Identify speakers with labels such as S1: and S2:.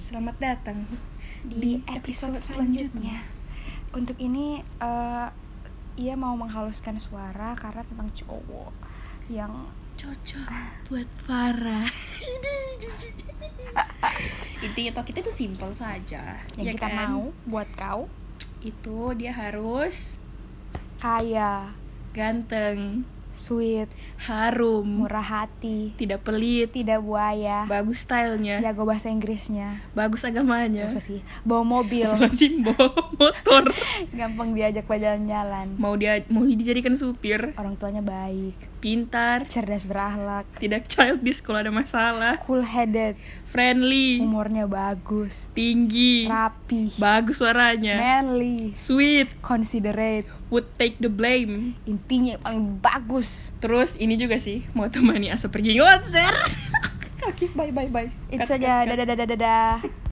S1: Selamat datang
S2: di episode selanjutnya. Untuk ini eh, ia mau menghaluskan suara karena tentang cowok yang
S1: Cocok buat Farah. Intinya toh kita itu simpel saja.
S2: yang
S1: ya
S2: kita
S1: kan?
S2: mau buat kau
S1: Itu dia harus
S2: kaya,
S1: ganteng,
S2: sweet,
S1: harum,
S2: murah hati,
S1: tidak pelit,
S2: tidak buaya,
S1: bagus stylenya,
S2: jago bahasa Inggrisnya,
S1: bagus agamanya.
S2: Gak usah sih, bawa mobil,
S1: Masih bawa motor.
S2: gampang diajak jalan-jalan,
S1: Mau dia mau dijadikan supir,
S2: orang tuanya baik,
S1: pintar,
S2: cerdas berahlak,
S1: tidak childish kalau ada masalah,
S2: cool headed,
S1: friendly,
S2: umurnya bagus,
S1: tinggi,
S2: rapih,
S1: bagus
S2: ya.
S1: suaranya,
S2: manly,
S1: sweet,
S2: considerate,
S1: would take the blame.
S2: intinya paling bagus.
S1: Terus ini juga sih mau temani Asa pergi konser. Kaki bye bye bye.
S2: Itu
S1: Cut,
S2: saja.
S1: cut, cut.
S2: Dadah dadah dadah.